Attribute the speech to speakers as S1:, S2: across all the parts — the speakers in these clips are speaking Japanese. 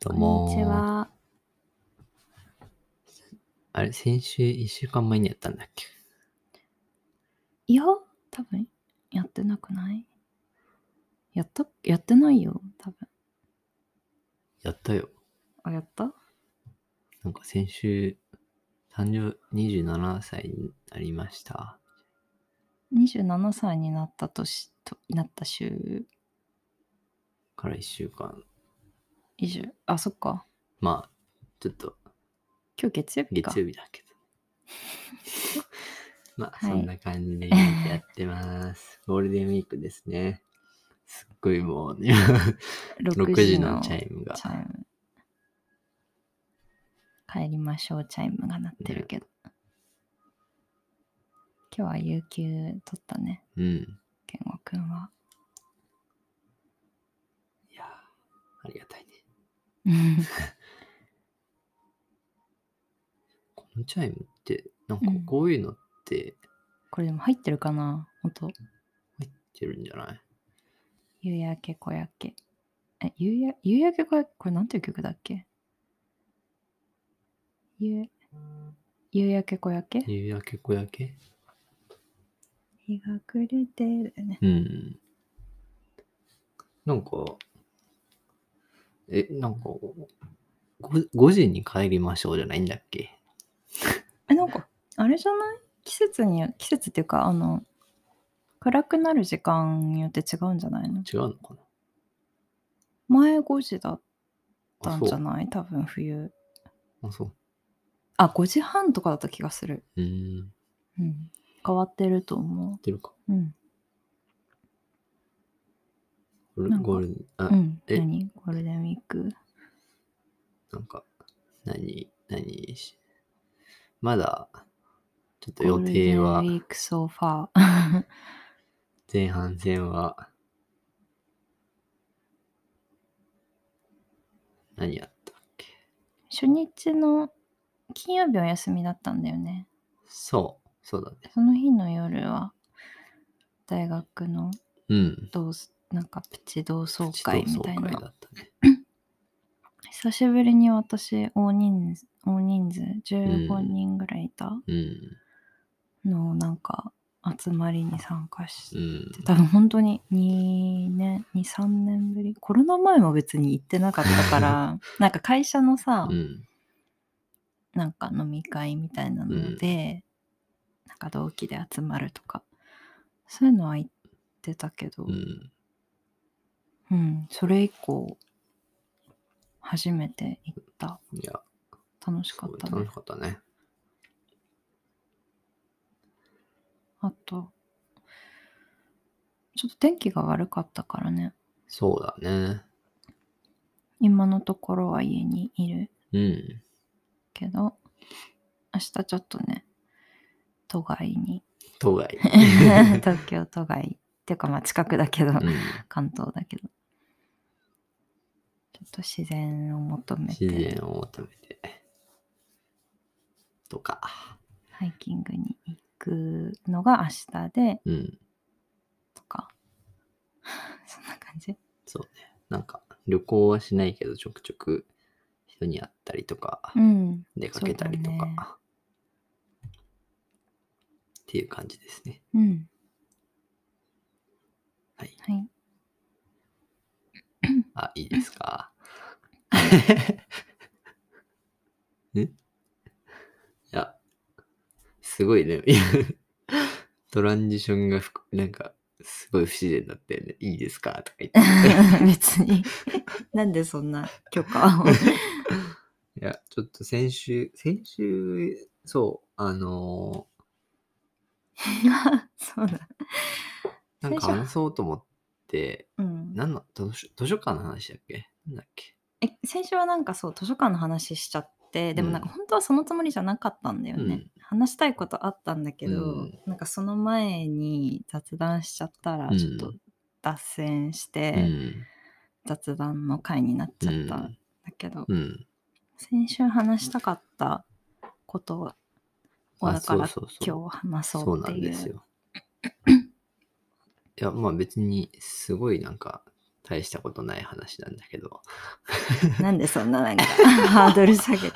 S1: どう
S2: こん
S1: も。
S2: にちは。
S1: あれ、先週1週間前にやったんだっけ
S2: いや、多分やってなくないやったやってないよ、多分。
S1: やったよ。
S2: あ、やった
S1: なんか先週、誕生27歳になりました。
S2: ?27 歳になった年と、なった週、
S1: から1週間。
S2: 以上。あ、そっか。
S1: まあ、ちょっと
S2: 今日月曜日か。
S1: 月曜日だ けど。まあ、
S2: はい
S1: そんな感じでやって ます。ゴールデンウィークですね。すっごいもう、ね、6時のチャイムが。
S2: チャイム。帰りましょう、チャイムが鳴ってるけど。今日は有給取ったね、
S1: うん。
S2: 健吾くんは。
S1: いやーありがたいね。このチャイムって、なんかこういうのって
S2: これでも入ってるかなほんと。
S1: 入ってるんじゃない、
S2: 夕焼け小焼け。え、夕や夕焼け小焼け、これなんていう曲だっけ夕夕焼け小焼け
S1: 夕焼け小焼け
S2: 日が暮れてるね。
S1: うん。なんか、え、なんか、5時に帰りましょうじゃないんだっけ
S2: え、なんか、あれじゃない季節によ、季節っていうか、あの、暗くなる時間によって違うんじゃないの
S1: 違うのかな
S2: 前5時だった
S1: あ、
S2: ん
S1: そう
S2: じゃ。ない多分冬。
S1: あ、そう。
S2: あ、5時半とかだった気がする。
S1: うーん。
S2: うん。変わってると思
S1: 出るか。
S2: う。うん。
S1: ゴー
S2: なん
S1: ル、
S2: か
S1: ゴールあ、
S2: うん。
S1: え
S2: 何ゴールデンウィーク。
S1: なんか、何、何し、まだ、ちょっと予定
S2: ゴー
S1: は
S2: ルデ、ンウィークソファー。
S1: 前半戦は、何やったっけ
S2: 初日の金曜日お休みだったんだよね。
S1: そう、そうだね。
S2: その日の夜は、大学の
S1: うん。
S2: 同窓、なんかプチ同窓会みたい
S1: 同窓会だ
S2: な。
S1: ったね。
S2: 久しぶりに私、大人数、大人数、15人ぐらいいた
S1: うん。
S2: の、なんか、集まりに参加して、
S1: うん。
S2: 多分本当に2年、2、3年ぶり。コロナ前も別に行ってなかったから、なんか会社のさ、
S1: うん。
S2: なんか飲み会みたいなので、なんか同期で集まるとかそういうのは言ってたけど、う
S1: うんん。
S2: それ以降初めて行った
S1: いや、
S2: 楽し
S1: す
S2: かっ
S1: ごい
S2: た
S1: 楽
S2: ね
S1: しかったね。
S2: あとちょっと天気が悪かったからね
S1: そうだね。
S2: 今のところは家にいる
S1: うん。
S2: けど明日ちょっとね都外 に
S1: 都外。
S2: 東京都外っていうかまあ近くだけど、
S1: うん、
S2: 関東だけど。ちょっと自然を求め
S1: 自
S2: て
S1: 然を求めて。とか。
S2: ハイキングに行くのが明日で
S1: うん。
S2: とか。 そんな感じ。
S1: なんか、旅行はしないけど、ちょくちょく人に会ったりとか。
S2: うん。
S1: 出かけたりと
S2: そう
S1: か、
S2: だね
S1: っていう感じですね。
S2: うん。
S1: はい。
S2: はい。
S1: あ、いいです か。んいや、すごいね。 トランジションがふくなんか、すごい不自然だったよね。いいですかとか言って。
S2: 別に。なんでそんな許可を。
S1: いや、ちょっと先週、先週、そう、あの
S2: そうだ。
S1: ーなんか
S2: 先週
S1: 話そうと思って、
S2: うん。
S1: 何の図書、図書館の話だっけなんだっけ
S2: え、先週はなんかそう、図書館の話しちゃって、でもなんか
S1: う
S2: 本当はそのつもりじゃなかったんだよね。
S1: うん
S2: 話したいことあったんだけど、
S1: うん
S2: なんかその前に雑談しちゃったら、
S1: うん
S2: ちょっと脱線して、
S1: うん。
S2: 雑談の回になっちゃったんだけど、
S1: うん。
S2: 先週話したかったことを
S1: あ
S2: だから
S1: そうそうそう
S2: 今日話そ
S1: そう
S2: うっ
S1: な
S2: て
S1: ん
S2: い
S1: で
S2: う
S1: すよ。いや、まあ別に、すごいなんか、大したことない話なんだけど。
S2: なんでそんななんかハードル下げてる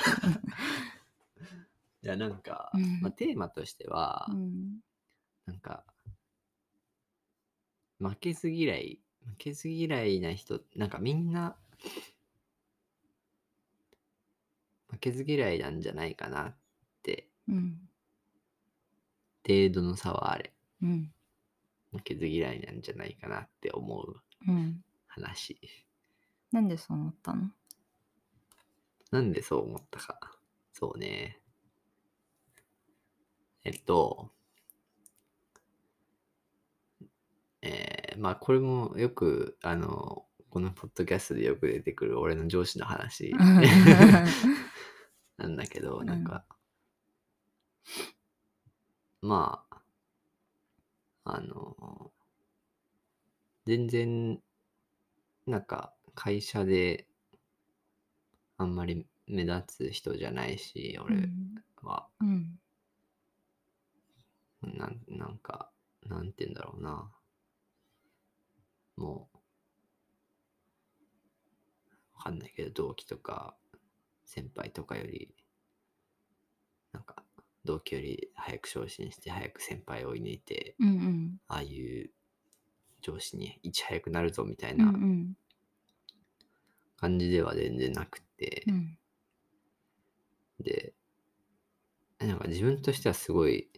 S1: いや、なんか、
S2: うん
S1: まあ、テーマとしては、
S2: の、うん
S1: なんか、負けず嫌い、負けず嫌いな人、なんかみんな、負けず嫌いなんじゃないかなって、
S2: うん
S1: 程度の差はあれ、
S2: うん
S1: 負けず嫌いなんじゃないかなって思う
S2: うん、
S1: 話。
S2: なんでそう思った の
S1: なんでそう思ったか。そうね。えっと、えー、まあこれもよく、あの、このポッドキャストでよく出てくる俺の上司の 話なんだけど、
S2: うん
S1: なんか、まあ、あの、全然、なんか会社であんまり目立つ人じゃないし、
S2: う
S1: 俺
S2: ん
S1: は、
S2: うん
S1: なんなんか、なんて言うんだろうな。もう、わかんないけど、同期とか、先輩とかより、なんか、同期より早く昇進して、早く先輩を追い抜いて、
S2: うんうん
S1: ああいう上司にいち早くなるぞみたい
S2: うんう
S1: なん感じでは全然なくて、
S2: うん
S1: で、なんか自分としてはすごい、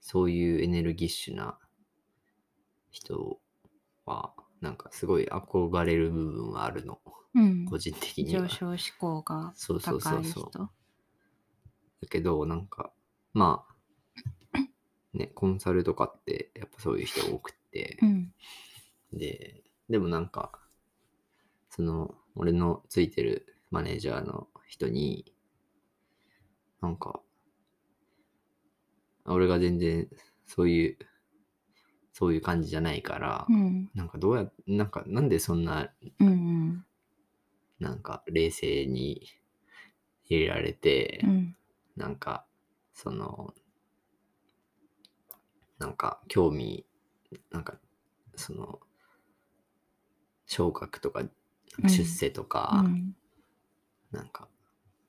S1: そういうエネルギッシュな人は、なんかすごい憧れる部分はあるの、
S2: うん
S1: 個人的には。
S2: 上
S1: だ
S2: 昇志向が
S1: そうそう
S2: 高
S1: そ
S2: いう人
S1: そうけど、なんか、まあ、ね、コンサルとかって、やっぱそういう人多くって
S2: う、ん
S1: で、でもなんか、その、俺のついてるマネージャーの人に、なんか、俺が全然そういう、そういう感じじゃないから、
S2: うん
S1: なんかどうや、なんかなんでそんな、
S2: うんうん
S1: なんか冷静に入れられて、
S2: うん
S1: なんか、その、なんか、興味、なんか、その、昇格とか、
S2: ん
S1: 出世とか、
S2: うん
S1: なんか、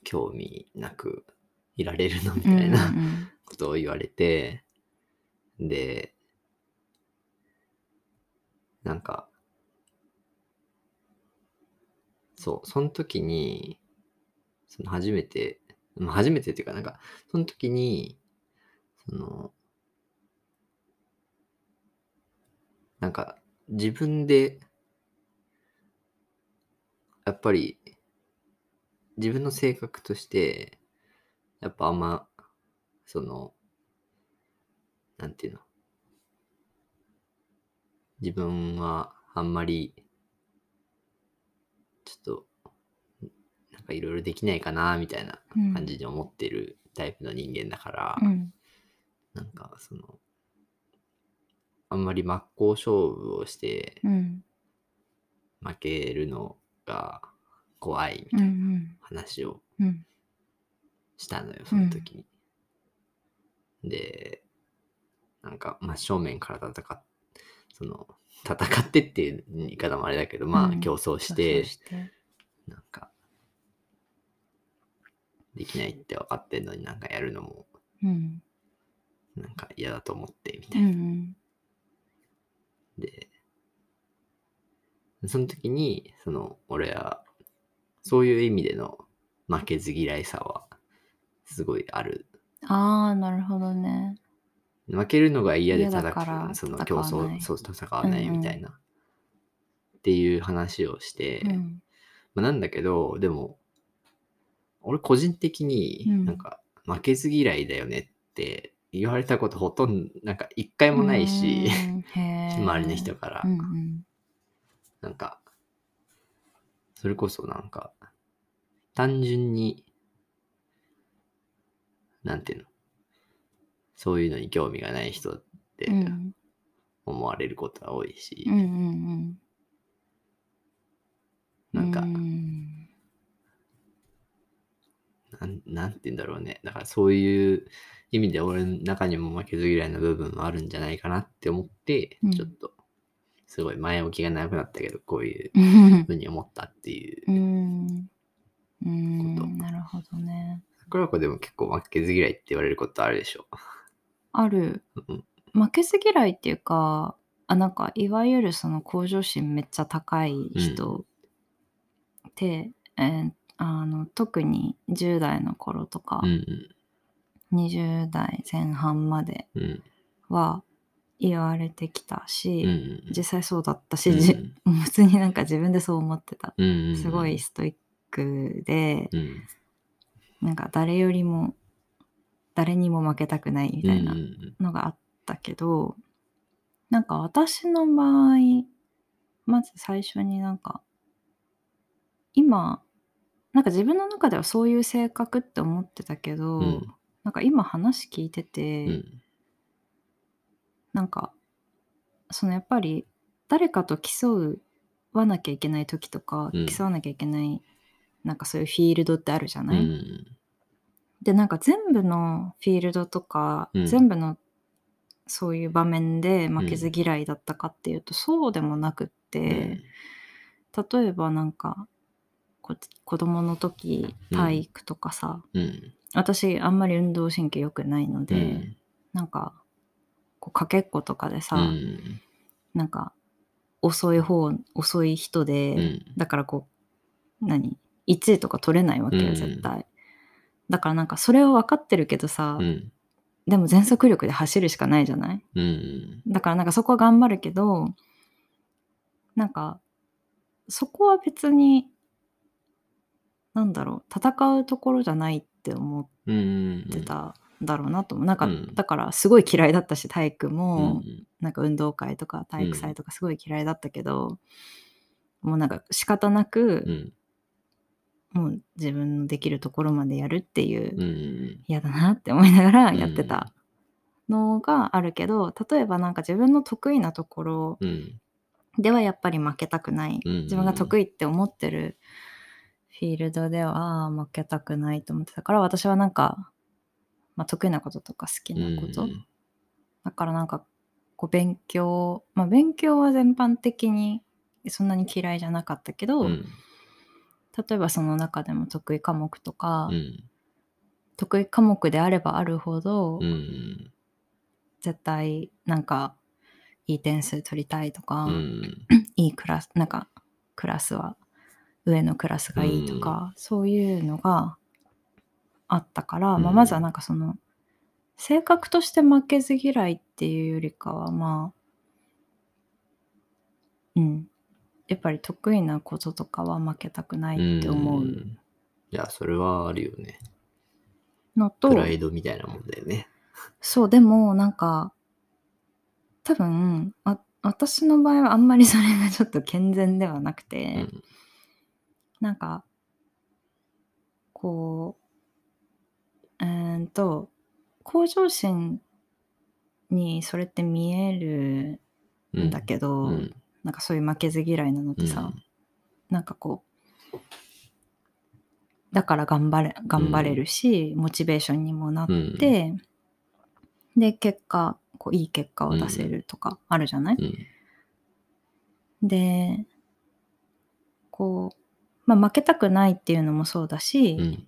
S1: 興味なくいられるのみ
S2: うん
S1: たいな
S2: うんうん
S1: ことを言われて、で、なんか、そう、その時に、その初めて、まあ初めてっていうか、なんか、その時に、その、なんか、自分で、やっぱり、自分の性格として、やっぱあんま、その、なんていうの。自分はあんまり、ちょっと、なんかいろいろできないかな、みたいな
S2: うん
S1: 感じに思ってるタイプの人間だから、
S2: うん
S1: なんかその、あんまり真っ向勝負をして
S2: うん
S1: 負けるのが怖いみ
S2: う
S1: たいなん話を
S2: うん
S1: したのよ、その時に。で、なんか真正面から戦っ、その、戦ってっていう言い方もあれだけど、ま
S2: う
S1: あ
S2: ん
S1: 競争し
S2: そう
S1: て、
S2: して
S1: なんか、できないって分かってんのになんかやるのも、
S2: うん
S1: なんか嫌だと思って、みた
S2: う
S1: いな。
S2: ん
S1: で、その時に、その、俺は、そういう意味での負けず嫌いさは、すごいある。
S2: うんああなるほどね
S1: 負けるのが嫌で
S2: 嫌だ
S1: 叩く
S2: から
S1: その
S2: 戦
S1: 競
S2: わない
S1: 争そう戦わないみたいな、っていう話をして、
S2: うん
S1: まあ、なんだけどでも俺個人的に
S2: うん
S1: なんか負けず嫌いだよねって言われたことほとんどなんか一回もないし、
S2: うんへー
S1: 周りの人から、
S2: うんうん
S1: なんかそれこそなんか単純になんていうのそういうのに興味がない人って、
S2: うん
S1: 思われることは多いし、
S2: うんうんう
S1: なんか、
S2: うん
S1: なんなんて言うんだろうねだからそういう意味で俺の中にも負けず嫌いな部分もあるんじゃないかなって思って、
S2: うん
S1: ちょっとすごい前置きが長くなったけど、こういうふうに思ったっていうう。
S2: ん。う
S1: こと
S2: ん。なるほどね。
S1: 桜子でも結構負けず嫌いって言われることあるでしょ。
S2: ある
S1: うん。
S2: 負けず嫌いっていうか、あなんかいわゆるその向上心めっちゃ高い人って、えーあの特に10代の頃とか、
S1: うん
S2: 20代前半まで
S1: うん。うん
S2: は言われてきたし、
S1: うんうん。
S2: 実際そうだったし、
S1: うん
S2: じ普通になんか自分でそう思ってた。
S1: うんうんうん
S2: すごい。ストイックで、
S1: うん。
S2: なんか誰よりも誰にも負けたくないみたいな
S1: うんうん
S2: のがあったけど、なんか私の場合まず最初になんか今なんか自分の中ではそういう性格って思ってたけど、
S1: うん
S2: なんか今話聞いてて、
S1: うん。うん
S2: なんかそのやっぱり誰かと競わなきゃいけない時とか、
S1: うん
S2: 競わなきゃいけないなんかそういうフィールドってあるじゃ
S1: う
S2: ない、
S1: ん
S2: でなんか全部のフィールドとか、
S1: うん
S2: 全部のそういう場面で負けず嫌いだったかっていうと、そうでもなくって、
S1: うん
S2: 例えばなんかこ子供の時
S1: うん
S2: 体育とかさ、
S1: うん
S2: 私あんまり運動神経良くないので、
S1: うん
S2: なんかこうかけっことかでさ、
S1: うん
S2: なんか遅い方遅い人で、
S1: うん
S2: だからこう何1位とか取れないわけ
S1: う
S2: よ
S1: ん
S2: 絶対、だからなんかそれを分かってるけどさ、
S1: うん
S2: でも全速力で走るしかないじゃない
S1: うん
S2: だからなんかそこは頑張るけどなんかそこは別になんだろう戦うところじゃないって思っ
S1: うんうん
S2: てたんだろうなと思う、なんか、
S1: うん
S2: だからすごい嫌いだったし体育
S1: う
S2: も、
S1: ん
S2: なんか運動会とか体育祭とかすごい嫌いだったけど、もうなんか仕方な
S1: う
S2: く、
S1: ん
S2: もう自分のできるところまでやるっていう、
S1: うん
S2: 嫌だなって思いながらやってたのがあるけど、例えばなんか自分の得意なところ
S1: うん
S2: ではやっぱり負けたくない、
S1: うん
S2: 自分が得意って思ってるフィールドでは負けたくないと思ってたから私はなんか、まあ、得意なこととか好きなこと、
S1: うん
S2: だからなんかこう勉強まあ勉強は全般的にそんなに嫌いじゃなかったけど、
S1: うん
S2: 例えばその中でも得意科目とか、
S1: うん
S2: 得意科目であればあるほど、
S1: うん
S2: 絶対なんかいい点数取りたいとか、
S1: うん
S2: いいクラスなんかクラスは上のクラスがいいとか、そういうのがあったから、ま
S1: う
S2: あ、
S1: ん
S2: まずはなんかその性格として負けず嫌いっていうよりかはまあうんやっぱり得意なこととかは負けたくないって思
S1: ん
S2: う
S1: いやそれはあるよね
S2: のと、
S1: プライドみたいなもんだよね
S2: そうでもなんか多分あ私の場合はあんまりそれがちょっと健全ではなくて、
S1: うん
S2: なんかこううーんと向上心にそれって見える
S1: うん
S2: だけど、
S1: うん
S2: なんかそういう負けず嫌いなのってさ、
S1: うん
S2: なんかこうだから頑張れ頑張れるし、モチベーションにもなっ
S1: うん
S2: て、で結果こういい結果を出せるとかあるじゃない、
S1: うん
S2: でこう、まあ、負けたくないっていうのもそうだし、
S1: うん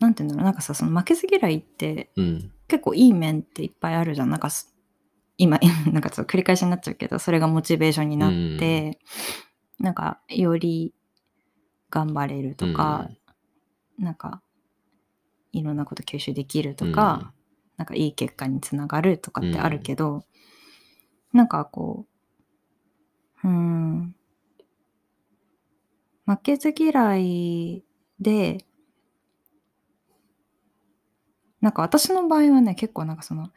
S2: なんていうんだろうなんかさその負けず嫌いって
S1: うん
S2: 結構いい面っていっぱいあるじゃんなんかす今 なんかちょっと繰り返しになっちゃうけどそれがモチベーションになって、なんかより頑張れるとか、なんかいろんなこと吸収できるとか、なんかいい結果につながるとかってあるけど、なんかこう、うーん、負けず嫌いで、なんか私の場合はね、結構なんかその、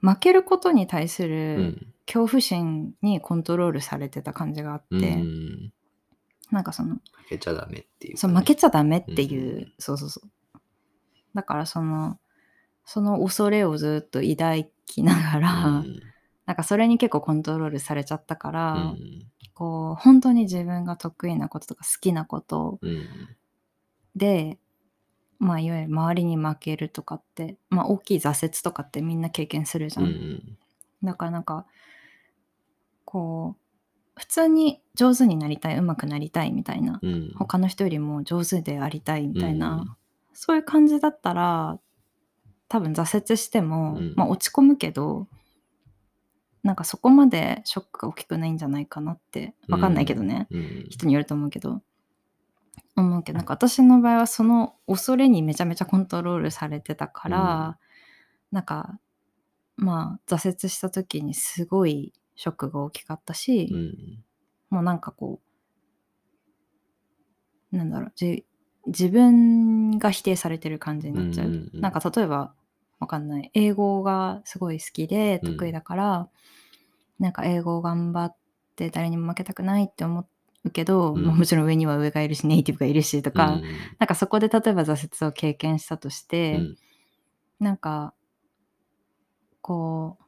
S2: 負けることに対す
S1: う
S2: る
S1: ん
S2: 恐怖心にコントロールされてた感じがあって、
S1: うんうん
S2: なんかその、
S1: 負けちゃダメっていうか
S2: そ
S1: ね
S2: う負けちゃダメっていう、
S1: うん
S2: そうそうそうだからそのその恐れをずっと抱きながら、
S1: うん
S2: なんかそれに結構コントロールされちゃったから、
S1: うん
S2: こう本当に自分が得意なこととか好きなこと
S1: うん
S2: でまあいわゆる周りに負けるとかってまあ大きい挫折とかってみんな経験するじゃ、
S1: うんん
S2: だからなんかこう普通に上手になりたい上手くなりたいみたいな
S1: うん。
S2: 他の人よりも上手でありたいみたいな、
S1: うん
S2: そういう感じだったら多分挫折しても、
S1: うん
S2: まあ、落ち込むけどなんかそこまでショックが大きくないんじゃないかなってわかんないけどね、
S1: うん。
S2: 人によると思うけど思うけどなんか私の場合はその恐れにめちゃめちゃコントロールされてたから、なんかまあ挫折した時にすごいショックが大きかったし、
S1: うん。
S2: もうなんかこう、なんだろう、じ自分が否定されてる感じになっちゃう。
S1: うんうんうん
S2: なんか例えば、わかんない。英語がすごい好きで
S1: うん
S2: 得意だから、なんか英語を頑張って誰にも負けたくないって思うけど、
S1: うん
S2: まあもちろん上には上がいるし、ネイティブがいるしとか、
S1: うん
S2: なんかそこで例えば挫折を経験したとして、
S1: うん
S2: なんかこ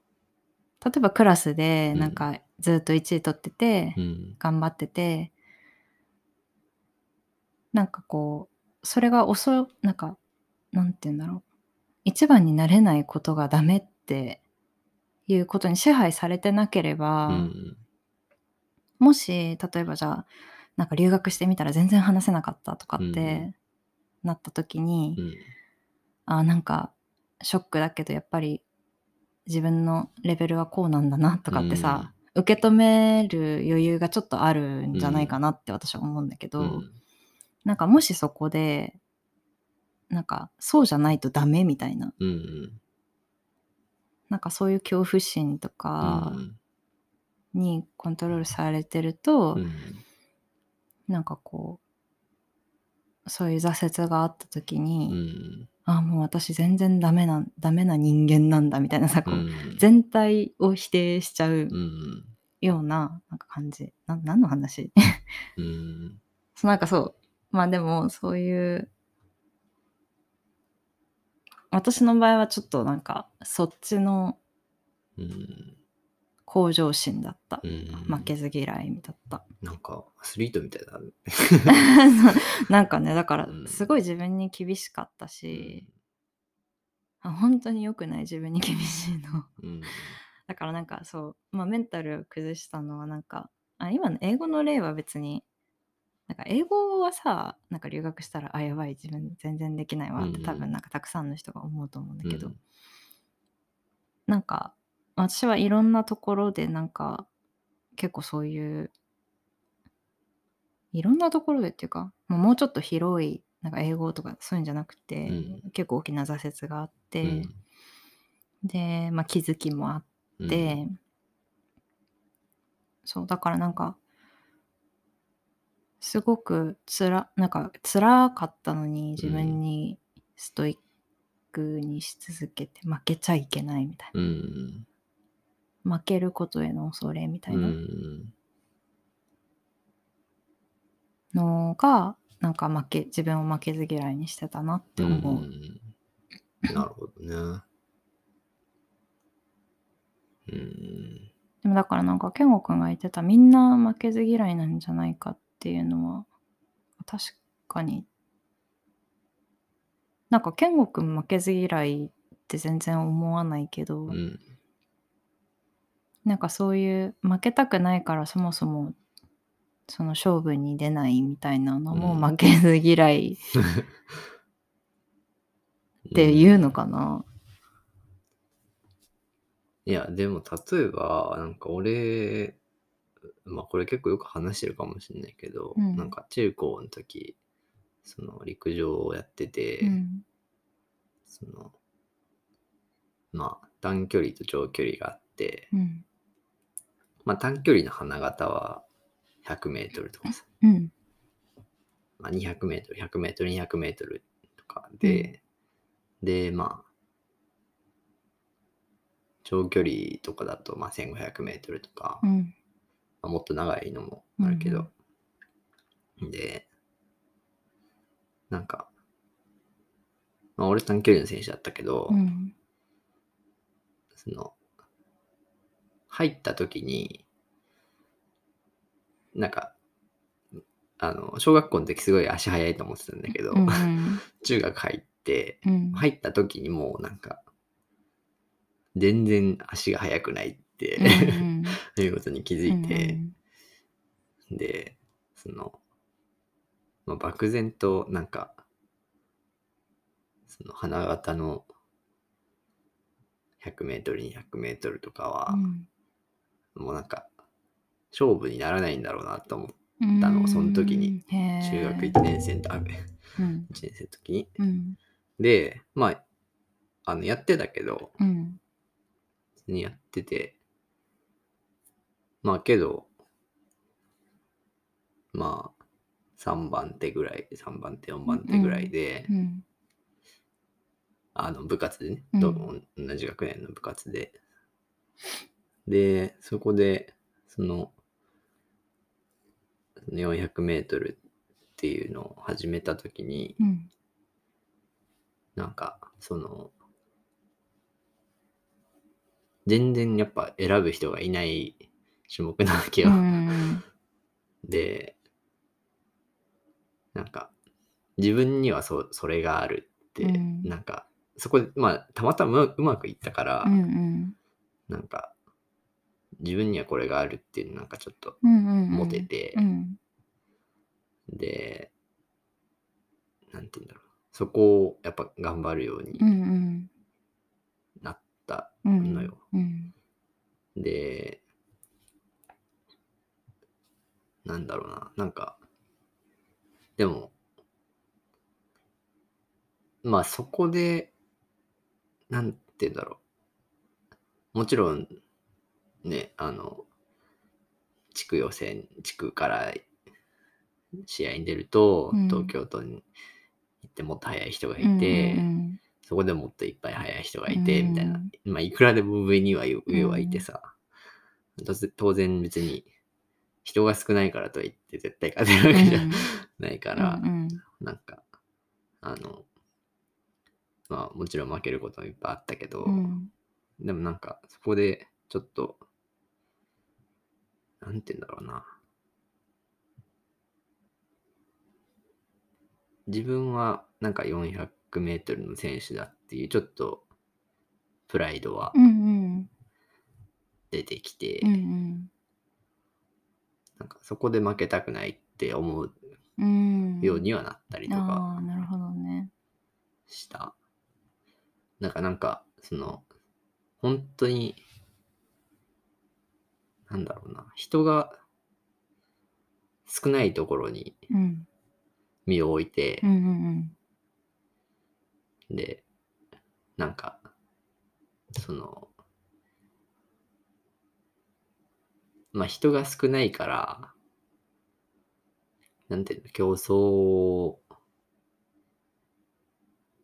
S2: う例えばクラスで
S1: うん
S2: なんかずっと1位取ってて、
S1: うん。
S2: 頑張っててなんかこうそれが遅いなんかなんて言うんだろう一番になれないことがダメっていうことに支配されてなければ、
S1: うん
S2: もし例えばじゃあなんか留学してみたら全然話せなかったとかっ
S1: うん
S2: てなった時に、
S1: うん。
S2: あーなんかショックだけどやっぱり自分のレベルはこうなんだなとかってさ、受け止める余裕がちょっとあるんじゃないかなって私は思うんだけど、
S1: うん
S2: なんかもしそこでなんかそうじゃないとダメみたいな
S1: うん。
S2: なんかそういう恐怖心とか
S1: うん
S2: にコントロールされてると、
S1: うん
S2: なんかこうそういう挫折があった時
S1: う
S2: に、
S1: ん
S2: ああもう私全然ダメなダメな人間なんだみたいなさこ
S1: う
S2: う、
S1: ん
S2: 全体を否定しちゃう
S1: うん
S2: ようななんか感じ。な何の話
S1: うん
S2: そうなんかそう。まあでも、そういう、私の場合はちょっとなんか、そっちの
S1: うん
S2: 向上心だった。
S1: うん
S2: 負けず嫌いだった。
S1: なんかアスリートみたいだね
S2: なんかね、だから
S1: うん、
S2: すごい自分に厳しかったし、あ本当に良くない自分に厳しいの。
S1: うん
S2: だからなんかそう、まあ、メンタルを崩したのはなんかあ今の英語の例は別になんか英語はさなんか留学したらあやばい自分全然できないわっ
S1: うんう
S2: て
S1: ん
S2: 多分なんかたくさんの人が思うと思うんだ
S1: うん
S2: けど、なんか私はいろんなところでなんか結構そういういろんなところでっていうかもうもうちょっと広いなんか英語とかそういうんじゃなくて、
S1: うん
S2: 結構大きな挫折があって、
S1: うん
S2: で、まあ、気づきもあって。
S1: うん
S2: で、そうだからなんかすごくつらなんか辛かったのに自分にストイックにし続けて負けちゃいけないみたい
S1: うん
S2: な負けることへの恐れみた
S1: う
S2: いなんのが、なんか負け自分を負けず嫌いにしてたなって思う、
S1: んなるほどねうん
S2: でもだからなんか健吾くんが言ってたみんな負けず嫌いなんじゃないかっていうのは確かになんか健吾くん負けず嫌いって全然思わないけど、
S1: うん
S2: なんかそういう負けたくないからそもそもその勝負に出ないみたいなのも
S1: うん
S2: 負けず嫌いっていうのかな。
S1: いや、でも例えば、なんか俺、まあこれ結構よく話してるかもしれないけど、
S2: うん
S1: なんか中高の時、その陸上をやってて、
S2: うん
S1: その、まあ短距離と長距離があって、
S2: うん
S1: まあ短距離の花形は100メートルとかさ、
S2: うん
S1: まあ、200メートル、100メートル、200メートルとかで、で、まあ、長距離とかだと、まあ1500メートルとか、
S2: うん
S1: まあもっと長いのもあるけど、で、なんか、まあ、俺短距離の選手だったけど、
S2: うん
S1: その、入った時に、なんか、あの、小学校の時すごい足速いと思ってたんだけど、
S2: うん
S1: 中学入って、
S2: うん
S1: 入った時にもうなんか、全然足が速くないっって、
S2: うん
S1: いうことに気づ
S2: うん
S1: いて、で、その、まあ、漠然となんか、その花形の100メートル、200メートルとかは、もうなんか、勝負にならないんだろうなと思って、
S2: うん
S1: たのその時に
S2: うんへー
S1: 中学1年生の時、あ
S2: うん
S1: 一年生の時に。
S2: うん
S1: で、まあ、あの、やってたけど、
S2: うん
S1: にやってて、まあけど、まあ、3番手ぐらい、3番手、4番手ぐらいで、
S2: うん
S1: あの、部活でね、
S2: うん
S1: ど同じ学年の部活で。で、そこで、その、その400メートルっていうのを始めたときに、
S2: うん
S1: なんか、その、全然やっぱ選ぶ人がいない種目なわけよ。
S2: うん
S1: で、なんか、自分にはそそれがあるって、
S2: うん
S1: なんか、そこで、まあ、たまたまうまくいったから、
S2: うんうん
S1: なんか、自分にはこれがあるっていう、なんかちょっと
S2: うんうん
S1: モテて
S2: う、ん
S1: で、なんて言うんだろう。そこをやっぱ頑張るように
S2: うんうん
S1: なった
S2: うん
S1: のよ
S2: うん
S1: で、なんだろうな、なんか、でも、まあそこで、なんて言うんだろう。もちろん、ね、あの、地区予選、地区から試合に出ると、
S2: うん
S1: 東京都に行ってもっと速い人がいて、
S2: うん
S1: そこでもっといっぱい早い人がいて、
S2: うん
S1: みたいな。まあ、いくらでも上には上はいてさ、当然当然別に人が少ないからといって絶対勝てる
S2: うん
S1: わけじゃ
S2: うん
S1: ないから、
S2: うん
S1: なんか、あの、まあもちろん負けることもいっぱいあったけど、
S2: うん
S1: でもなんかそこでちょっと、なんて言うんだろうな。自分はなんか400メートルの選手だっていうちょっとプライドは
S2: うんうん
S1: 出てきて、
S2: うん
S1: なんかそこで負けたくないって思う
S2: うん
S1: ようにはなったりとか
S2: ああなるほどね
S1: した。なんかなんかその本当になんだろうな人が少ないところに
S2: うん
S1: 身を置いて
S2: う、んうん
S1: でなんかそのまあ人が少ないからなんていうの競争を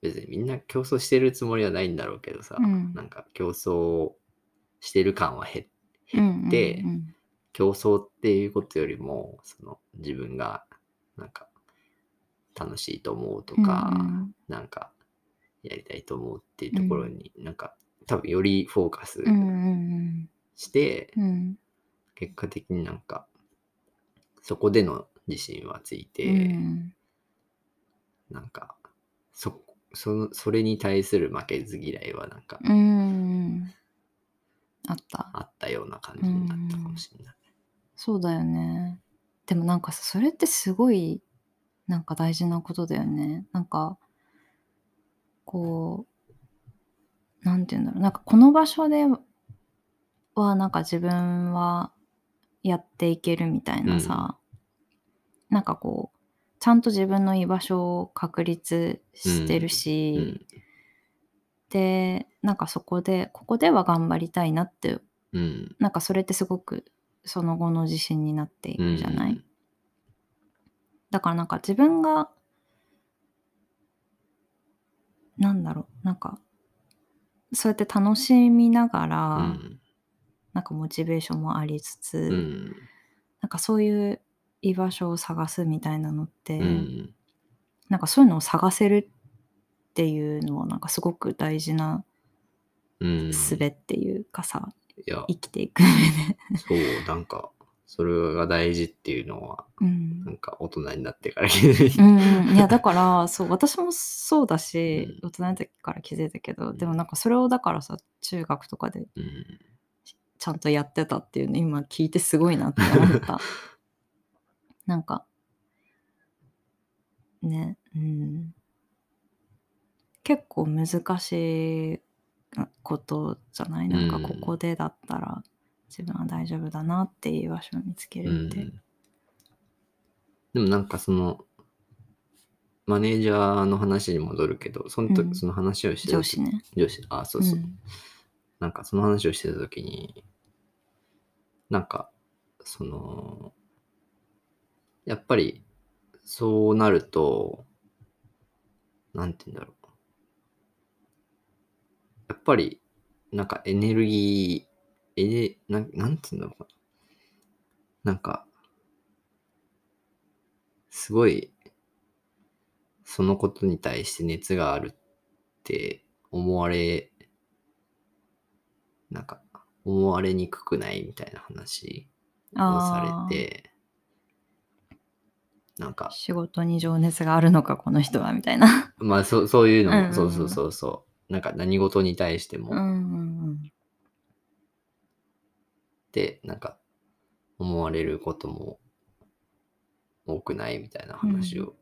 S1: 別にみんな競争してるつもりはないんだろうけどさ、
S2: うん
S1: なんか競争してる感は減
S2: うんう
S1: 減
S2: ん
S1: って、
S2: うん
S1: 競争っていうことよりもその自分がなんか楽しいと思うとか、
S2: うん
S1: なんかやりたいと思うっていうところに、なんか多分よりフォーカス
S2: うんうん
S1: して、
S2: うんうん
S1: 結果的になんかそこでの自信はついて、
S2: うん
S1: なんかそそのそれに対する負けず嫌いはなんか
S2: うんあった
S1: あったような感じになったかもしれない。
S2: そうだよね。でもなんかさそれってすごいなんか大事なことだよね。なんかこうなんて言うんだろうなんかこの場所ではなんか自分はやっていけるみたいなさ、なんかこうちゃんと自分の居場所を確立してるし、
S1: うん
S2: でなんかそこでここでは頑張りたいなって
S1: うん
S2: なんかそれってすごくその後の自信になっていくじゃない、
S1: うん
S2: だからなんか自分がなんだろうなんかそうやって楽しみながら、
S1: うん
S2: なんかモチベーションもありつつ、
S1: うん
S2: なんかそういう居場所を探すみたいなのって、
S1: うん
S2: なんかそういうのを探せるっていうのはなんかすごく大事な
S1: うん
S2: 術っていうかさ、
S1: いや
S2: 生きていく上 で。
S1: そう、なんか、それが大事っていうのは、
S2: うん
S1: なんか大人になってから気づいた。
S2: うんうん、いやだからそう私もそうだし、
S1: うん
S2: 大人の時から気づいたけど、
S1: うん
S2: でもなんかそれをだからさ中学とかで
S1: うん。
S2: ちちゃんとやってたっていうの今聞いてすごいなって思った なんかねうん結構難しいことじゃないなんかここでだったら自分は大丈夫だなっていう場所を見つけ
S1: うん
S2: るって、
S1: でもなんかそのマネージャーの話に戻るけどその,、
S2: うん
S1: その話をしてた
S2: 上司ね
S1: 上司あそうそう、
S2: うん
S1: なんかその話をしてた時になんかそのやっぱりそうなるとなんて言うんだろうやっぱりなんかエネルギーエネなんなんて言うんだろうななんかすごいそのことに対して熱があるって思われなんか思われにくくないみたいな話をさ
S2: あ
S1: れ
S2: ー
S1: てなんか
S2: 仕事に情熱があるのかこの人はみた いな
S1: まあそうそういうのも、
S2: うんうんうん
S1: そうそうそうそうなんか何事に対しても、
S2: うんうん
S1: ってなんか思われることも多くないみたいな話を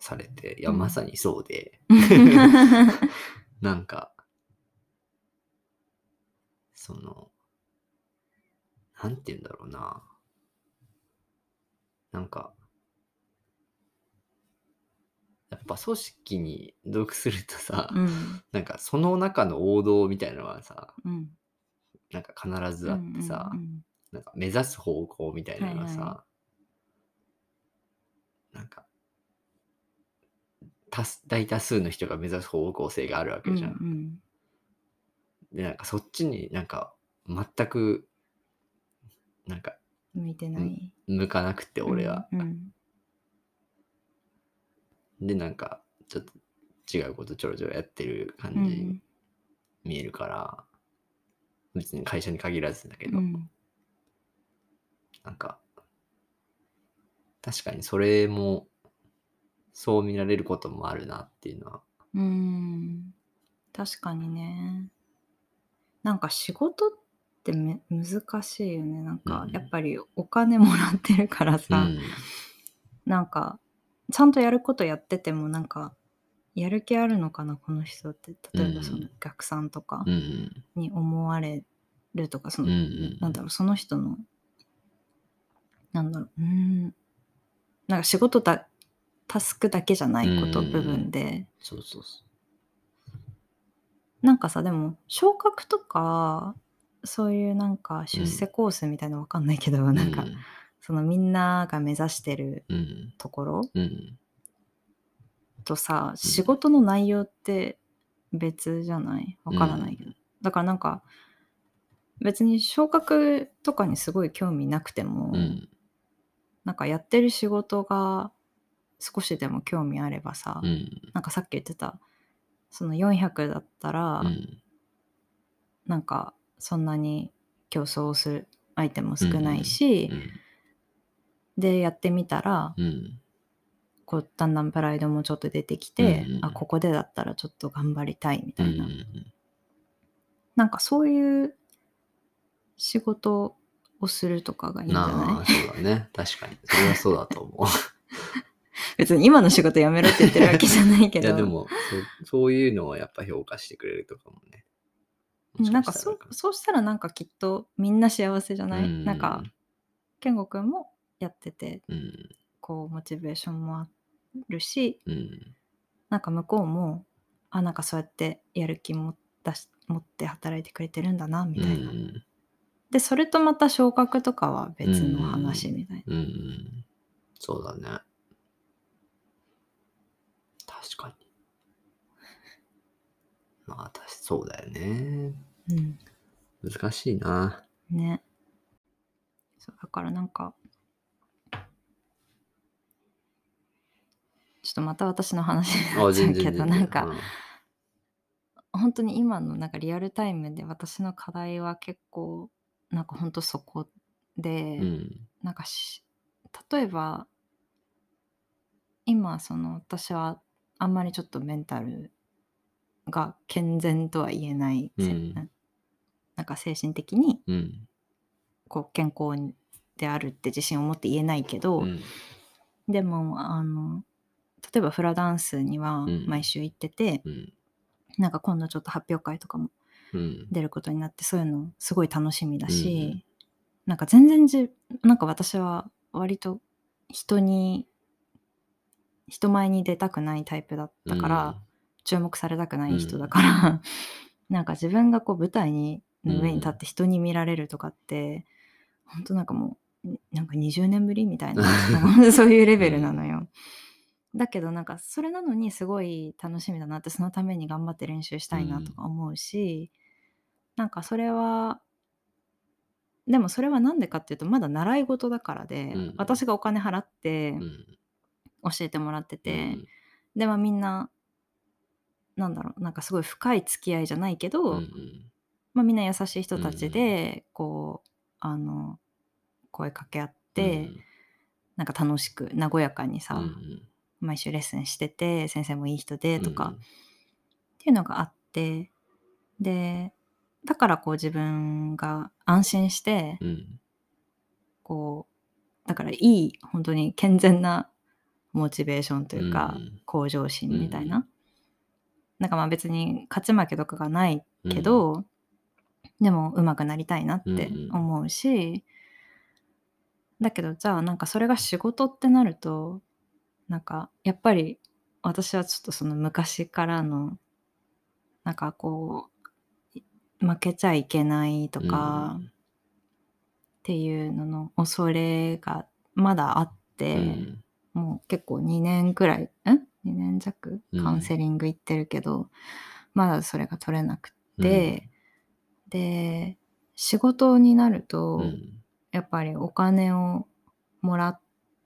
S1: されて、いや
S2: うん
S1: まさにそうで、
S2: うん
S1: なんかそのなんて言うんだろうななんかやっぱ組織に属するとさ、
S2: うん
S1: なんかその中の王道みたいなのはさ
S2: うん
S1: なんか必ずあってさ、
S2: うんうん
S1: なんか目指す方向みたいなのがさ、
S2: はいは
S1: なんか多数大多数の人が目指す方向性があるわ
S2: う
S1: け
S2: ん
S1: じゃん。
S2: うん
S1: でなんかそっちになんか全くなんか
S2: 向いてない
S1: 向かなくて俺は。
S2: うんうん
S1: でなんかちょっと違うことちょろちょろやってる感
S2: う
S1: じ
S2: ん
S1: 見えるから、別に会社に限らずだけ
S2: う
S1: ど、
S2: ん
S1: なんか、確かにそれも、そう見られることもあるなっていうのは。
S2: うん確かにねなんか仕事ってめ難しいよねなんか
S1: うん
S2: やっぱりお金もらってるから
S1: う
S2: さ、
S1: ん。
S2: なんかちゃんとやることやっててもなんかやる気あるのかなこの人って例えばそ
S1: うん
S2: のお客さんとか
S1: うん。
S2: に思われるとかそ
S1: うん。
S2: の、
S1: うん
S2: なんだろうその人のなんだろううーんなんか仕事だタスクだけじゃないこと
S1: うん
S2: 部分で、
S1: そうそうそ
S2: なんかさでも昇格とかそういうなんか出世コースみたいなのわかんないけど、
S1: う。
S2: なんかそのみんなが目指してる
S1: うん。
S2: ところ
S1: うん。
S2: とさ仕事の内容って別じゃないわからないけど、だからなんか別に昇格とかにすごい興味なくても、
S1: うん。
S2: なんかやってる仕事が少しでも興味あればさ、
S1: うん。
S2: なんかさっき言ってたその400だったら、
S1: うん。
S2: なんかそんなに競争する相手も少ないし、でやってみたら
S1: うん。
S2: こうだんだんプライドもちょっと出てきて、
S1: うんうん
S2: あここでだったらちょっと頑張りたい
S1: う
S2: みたいな、
S1: ん。
S2: なんかそういう仕事をするとかがいいんじゃ
S1: な
S2: な
S1: あ、
S2: い
S1: そうだね。確かに。それはそうだと思う。
S2: 別に今の仕事辞めろって言ってるわけじゃないけ
S1: い
S2: ど
S1: や、でも、そうそういうのはやっぱ評価してくれるとかもね。
S2: うんなんかそうそうしたらなんかきっとみんな幸せじゃ
S1: う
S2: ない、なんか、健吾くんもやってて
S1: うん。
S2: こうモチベーションもあるし
S1: うん。
S2: なんか向こうもあなんかそうやってやる気も出し持って働いてくれてるんだなみ
S1: う
S2: たいな、
S1: ん。
S2: でそれとまた昇格とかは別の話みたいな、
S1: うんうん。そうだね。確かに。 まあ、私、そうだよね。
S2: うん
S1: 難しいな。
S2: ねそうだからなんかちょっとまた私の話にな
S1: あ、
S2: っちゃ
S1: 全
S2: うけ
S1: 然
S2: ど
S1: 全
S2: な
S1: 然。
S2: んか、本当に今のなんかリアルタイムで私の課題は結構なんか本当そこで、
S1: うん。うん。
S2: なんかし例えば今その私はあんまりちょっとメンタルが健全とは言えない、せ
S1: うん
S2: なんか精神的に
S1: うん。
S2: こう健康であるって自信を持って言えないけど、
S1: うん
S2: でもあの例えばフラダンスには
S1: うん
S2: 毎週行ってて、
S1: うん
S2: なんか今度ちょっと発表会とかも
S1: うん
S2: 出ることになってそういうのすごい楽しみだ
S1: うんう
S2: し、なんか全然じなんか私は割と人に人前に出たくないタイプだったから、注目されたくない人だから、 なんか自分がこう舞台にの上に立って人に見られるとかって、本当なんかもうなんか20年ぶりみた いなそういうレベルなのよ。だけどなんかそれなのにすごい楽しみだなってそのために頑張って練習したいなとか思うし、なんかそれはでもそれは何でかっていうとまだ習い事だからで、
S1: うん
S2: 私がお金払って
S1: うんうん
S2: 教えてもらってて、
S1: うん
S2: でまあみんななんだろうなんかすごい深い付き合いじゃないけど、
S1: うんうん
S2: まあ、みんな優しい人たちでこうあの声かけ合って、なんか楽しく和やかにさ、
S1: うんうん
S2: 毎週レッスンしてて先生もいい人でとか、
S1: うん
S2: っ、ていうのがあってでだからこう自分が安心して
S1: うん
S2: こうだからいい本当に健全なモチベーションというか、
S1: うん
S2: 向上心みたいな、
S1: う
S2: なんかまあ別に勝ち負けとかがないけど、でも上手くなりたいなって思うし、だけどじゃあなんかそれが仕事ってなるとなんかやっぱり私はちょっとその昔からのなんかこう負けちゃいけないとかっていうのの恐れがまだあっ
S1: う
S2: て、
S1: んうん
S2: もう結構2年くらい、ん ?2 年弱
S1: うん
S2: カウンセリング行ってるけど、まだそれが取れなくて、で、仕事になると、
S1: うん
S2: やっぱりお金をもらっ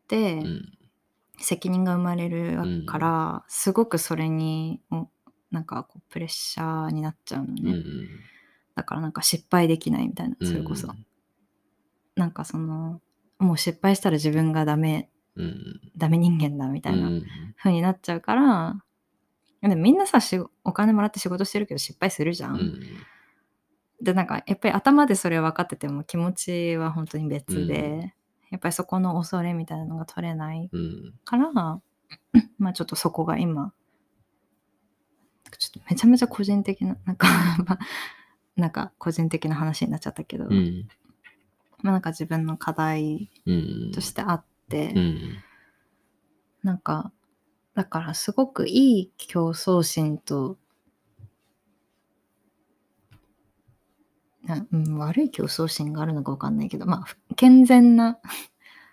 S2: て、
S1: うん
S2: 責任が生まれるから、すごくそれに、おなんかこうプレッシャーになっちゃうのね。
S1: うんうん
S2: だからなんか失敗できないみたいな、それこそ。なんかその、もう失敗したら自分がダメ、
S1: うんうん
S2: ダメ人間だみたいな
S1: うんうん
S2: 風になっちゃうから、でもみんなさしお金もらって仕事してるけど失敗するじゃん。
S1: うん
S2: でなんかやっぱり頭でそれ分かってても気持ちは本当に別で、
S1: うん
S2: やっぱりそこの恐れみたいなのが取れない
S1: うん
S2: から、 まあちょっとそこが今ちょっとめちゃめちゃ個人的ななんか まあなんか個人的な話になっちゃったけど、
S1: うん
S2: まあなんか自分の課題
S1: うん
S2: としてあって、
S1: うん
S2: なんか、だからすごくいい競争心と、なうん、悪い競争心があるのかわかんないけど、まあ、健全な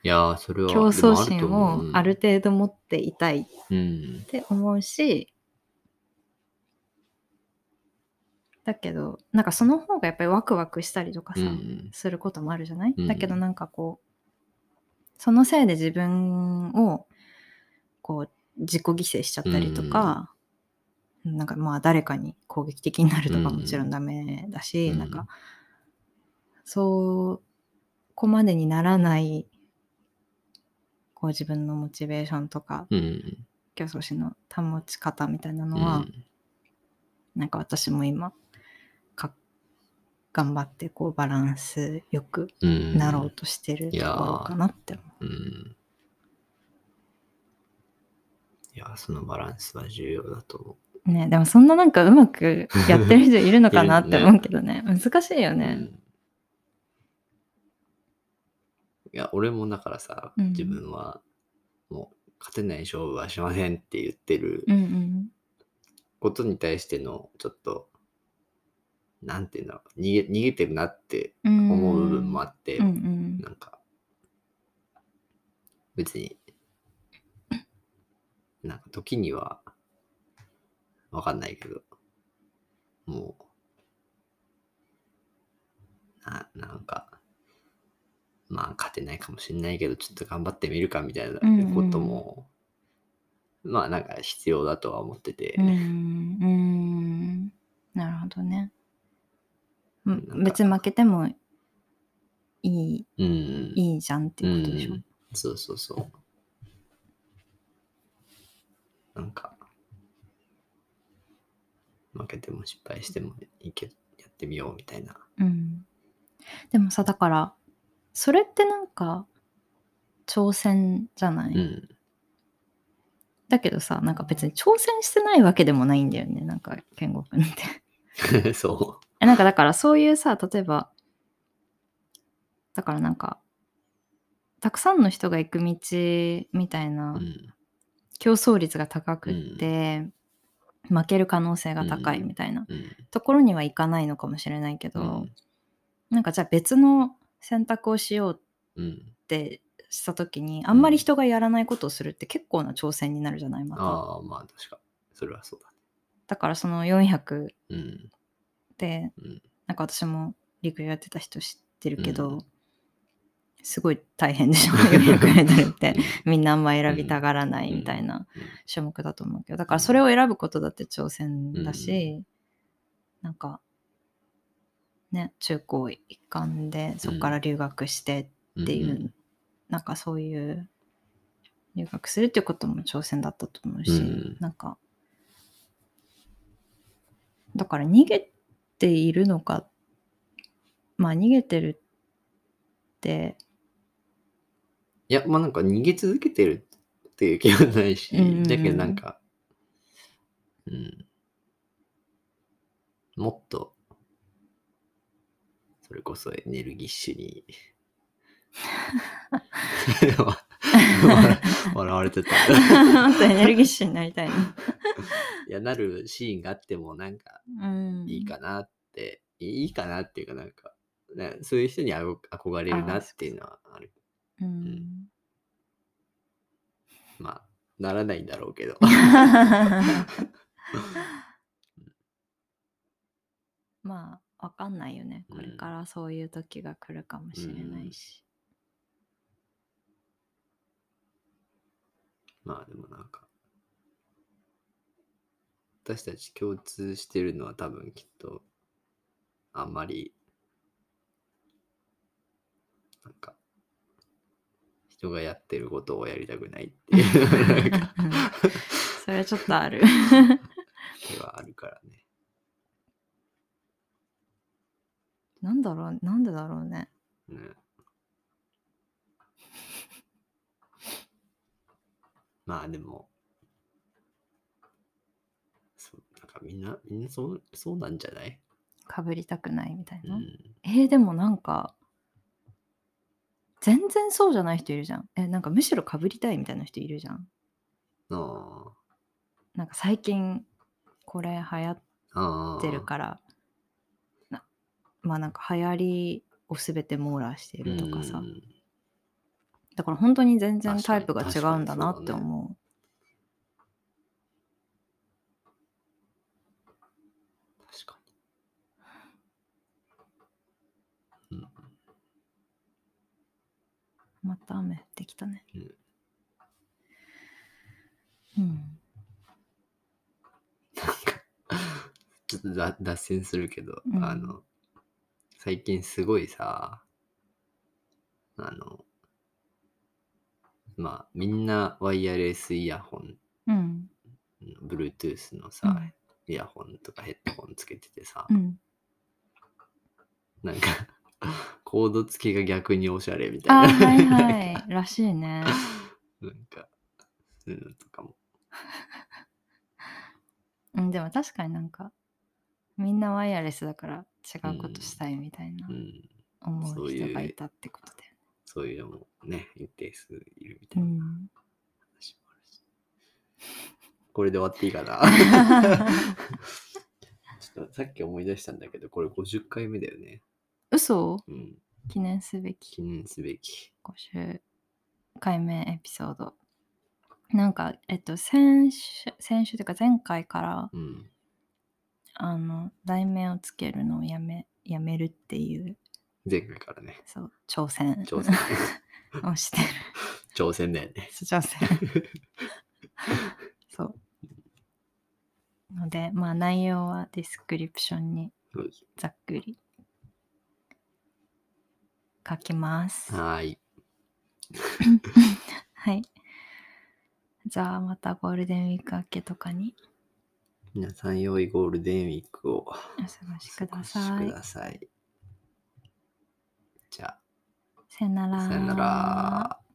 S2: い
S1: やーそれは
S2: 競争心
S1: でも
S2: を
S1: と思う
S2: ある程度持っていたいっ
S1: うん
S2: て思うし、だけど、なんかその方がやっぱりワクワクしたりとか
S1: う
S2: さ、
S1: ん
S2: することもあるじゃない、
S1: うん
S2: だけどなんかこうそのせいで自分をこう自己犠牲しちゃったりとか、なんかまあ誰かに攻撃的になるとかもちろんダメだし、
S1: うん
S2: なんかそこまでにならないこう自分のモチベーションとか
S1: うん
S2: 競争心の保ち方みたいな
S1: う
S2: の
S1: ん
S2: は、なんか私も今か頑張ってこうバランスよく
S1: うん
S2: なろうとしてるところかなって思
S1: うんいやーそのバランスは重要だと思
S2: う。ね、でもそんななんかうまくやってる人いるのかな って思うけどね。難しいよ
S1: うう
S2: ね。
S1: んいや俺もだからさ
S2: うん
S1: 自分はもう勝てない勝負はしませんって言ってる
S2: うんうん。
S1: ことに対してのちょっとなんていうんだろう逃げ逃げてるなって
S2: うん
S1: 思う部分もあって、
S2: うんうん。
S1: なんか別になんか時にはわかんないけどもうななんかまあ勝てないかもしれないけどちょっと頑張ってみるかみたいな
S2: うんうん
S1: ことも、まあなんか必要だとは思ってて、
S2: うんうん。なるほどね。う
S1: なんんか
S2: 別に負けてもいい、
S1: うん
S2: いいじゃんっていうことでしょ。
S1: うんそうそうそう。なんか、負けても失敗してもいいけど、やってみようみたいな。
S2: うん。でもさ、だから、それってなんか挑戦じゃない、
S1: うん。
S2: だけどさなんか別に挑戦してないわけでもないんだよねなんか健吾君って
S1: そ。
S2: えなんかだからそういうさ例えばだからなんかたくさんの人が行く道みたいうな
S1: うん。
S2: 競争率が高くって、負ける可能性が高いみたいな
S1: うん。
S2: ところには行かないのかもしれないけど、
S1: うん
S2: なんかじゃあ別の選択をしよう
S1: うん。
S2: ってした時にあんまり人がやらないことをするって結構な挑戦になるじゃないまた、
S1: ああ、まあ確か。それはそうだ。
S2: だからその400
S1: うん。
S2: で、
S1: うん
S2: なんか私も陸上やってた人知ってるけど、
S1: うん
S2: すごい大変でしょ 400メートルってみんなあんま選びたがらないみたい
S1: う
S2: な
S1: ん
S2: 種目だと思うけどだからそれを選ぶことだって挑戦だし、なんかね中高一貫でそこから留学して
S1: うん。
S2: っていう、
S1: ん
S2: なんかそういう留学するっていうことも挑戦だったと思うし、
S1: うん
S2: なんかだから逃げているのかまあ逃げてる って
S1: いや、まあなんか逃げ続けてるっていう気はないし、
S2: うん
S1: だけどなんか、うん。もっと、それこそエネルギッシュに、笑笑われてた。
S2: もっとエネルギッシュになりたいね。
S1: いや、なるシーンがあっても、なんか、
S2: うん、
S1: いいかなって、いいかなっていうかなんか、ね、そういう人にあご憧れるなっていうのはある。
S2: うん、
S1: まあ、ならないんだろうけど。
S2: まあわかんないよねこれからそういう時が来るかもしれないし、
S1: まあでもなんか、私たち共通してるのは多分きっと、あんまり、なんか、人がやってることをやりたくないっていう、なんか、
S2: それはちょっとある
S1: 手はあるからね。
S2: なんだろうなんでだろうね
S1: ねまあでも、そうなんかみんな、みんなそうそうなんじゃない、
S2: かぶりたくないみたいうな、
S1: ん、
S2: えーでもなんか全然そうじゃない人いるじゃんえなんかむしろかぶりたいみたいな人いるじゃん
S1: あ
S2: なんか最近これ流行っ
S1: あああ。
S2: てるからなまあなんか流行りを全て網羅しているとかさ、
S1: うん
S2: だから本当に全然
S1: 確か
S2: タ
S1: に
S2: イプが違うんだなって思
S1: 確かに。うん
S2: うまた雨降ってきたね
S1: うん
S2: うん
S1: ちょっとだ脱線するけど、
S2: うん
S1: あの、最近すごいさ、あの、まあ、みんなワイヤレスイヤホン、
S2: うん、
S1: Bluetooth の
S2: う
S1: さ、
S2: ん
S1: イヤホンとかヘッドホンつけててさ、
S2: うん、
S1: なんか、 コード付きが逆におしゃれみた
S2: あ
S1: い
S2: ー
S1: な。
S2: はいはいらしいね
S1: なんか、そういうのとかも。
S2: うん、でも確かになんか、みんなワイヤレスだから違うことしたいみたいな
S1: うん、
S2: 思
S1: そうういう
S2: 人がいたってことだよね。
S1: そういうのもね、一定数いるみた
S2: う、
S1: いなん話もあるし。これで終わっていいかな。ちょっとさっき思い出したんだけど、これ50回目だよね。
S2: 嘘
S1: うん、
S2: 記念すべき
S1: 記念すべき。
S2: 50回目エピソード。なんか、えっと、先週、先週というか前回から、
S1: うん。
S2: あの、題名をつけるのをやめ、やめるっていう、
S1: 前回からね、
S2: そう、挑戦
S1: 挑戦。
S2: をしてる。
S1: 挑戦だよね。
S2: 挑戦そうのでまあ内容はディスクリプションに
S1: うん
S2: ざっくり書きます
S1: はーい。
S2: はいじゃあまたゴールデンウィーク明けとかに
S1: 皆さん、良いゴールデンウィークをお過
S2: お過ご
S1: ご
S2: し
S1: し
S2: ください
S1: くださいじゃあ、
S3: さよなら。
S2: さよなら。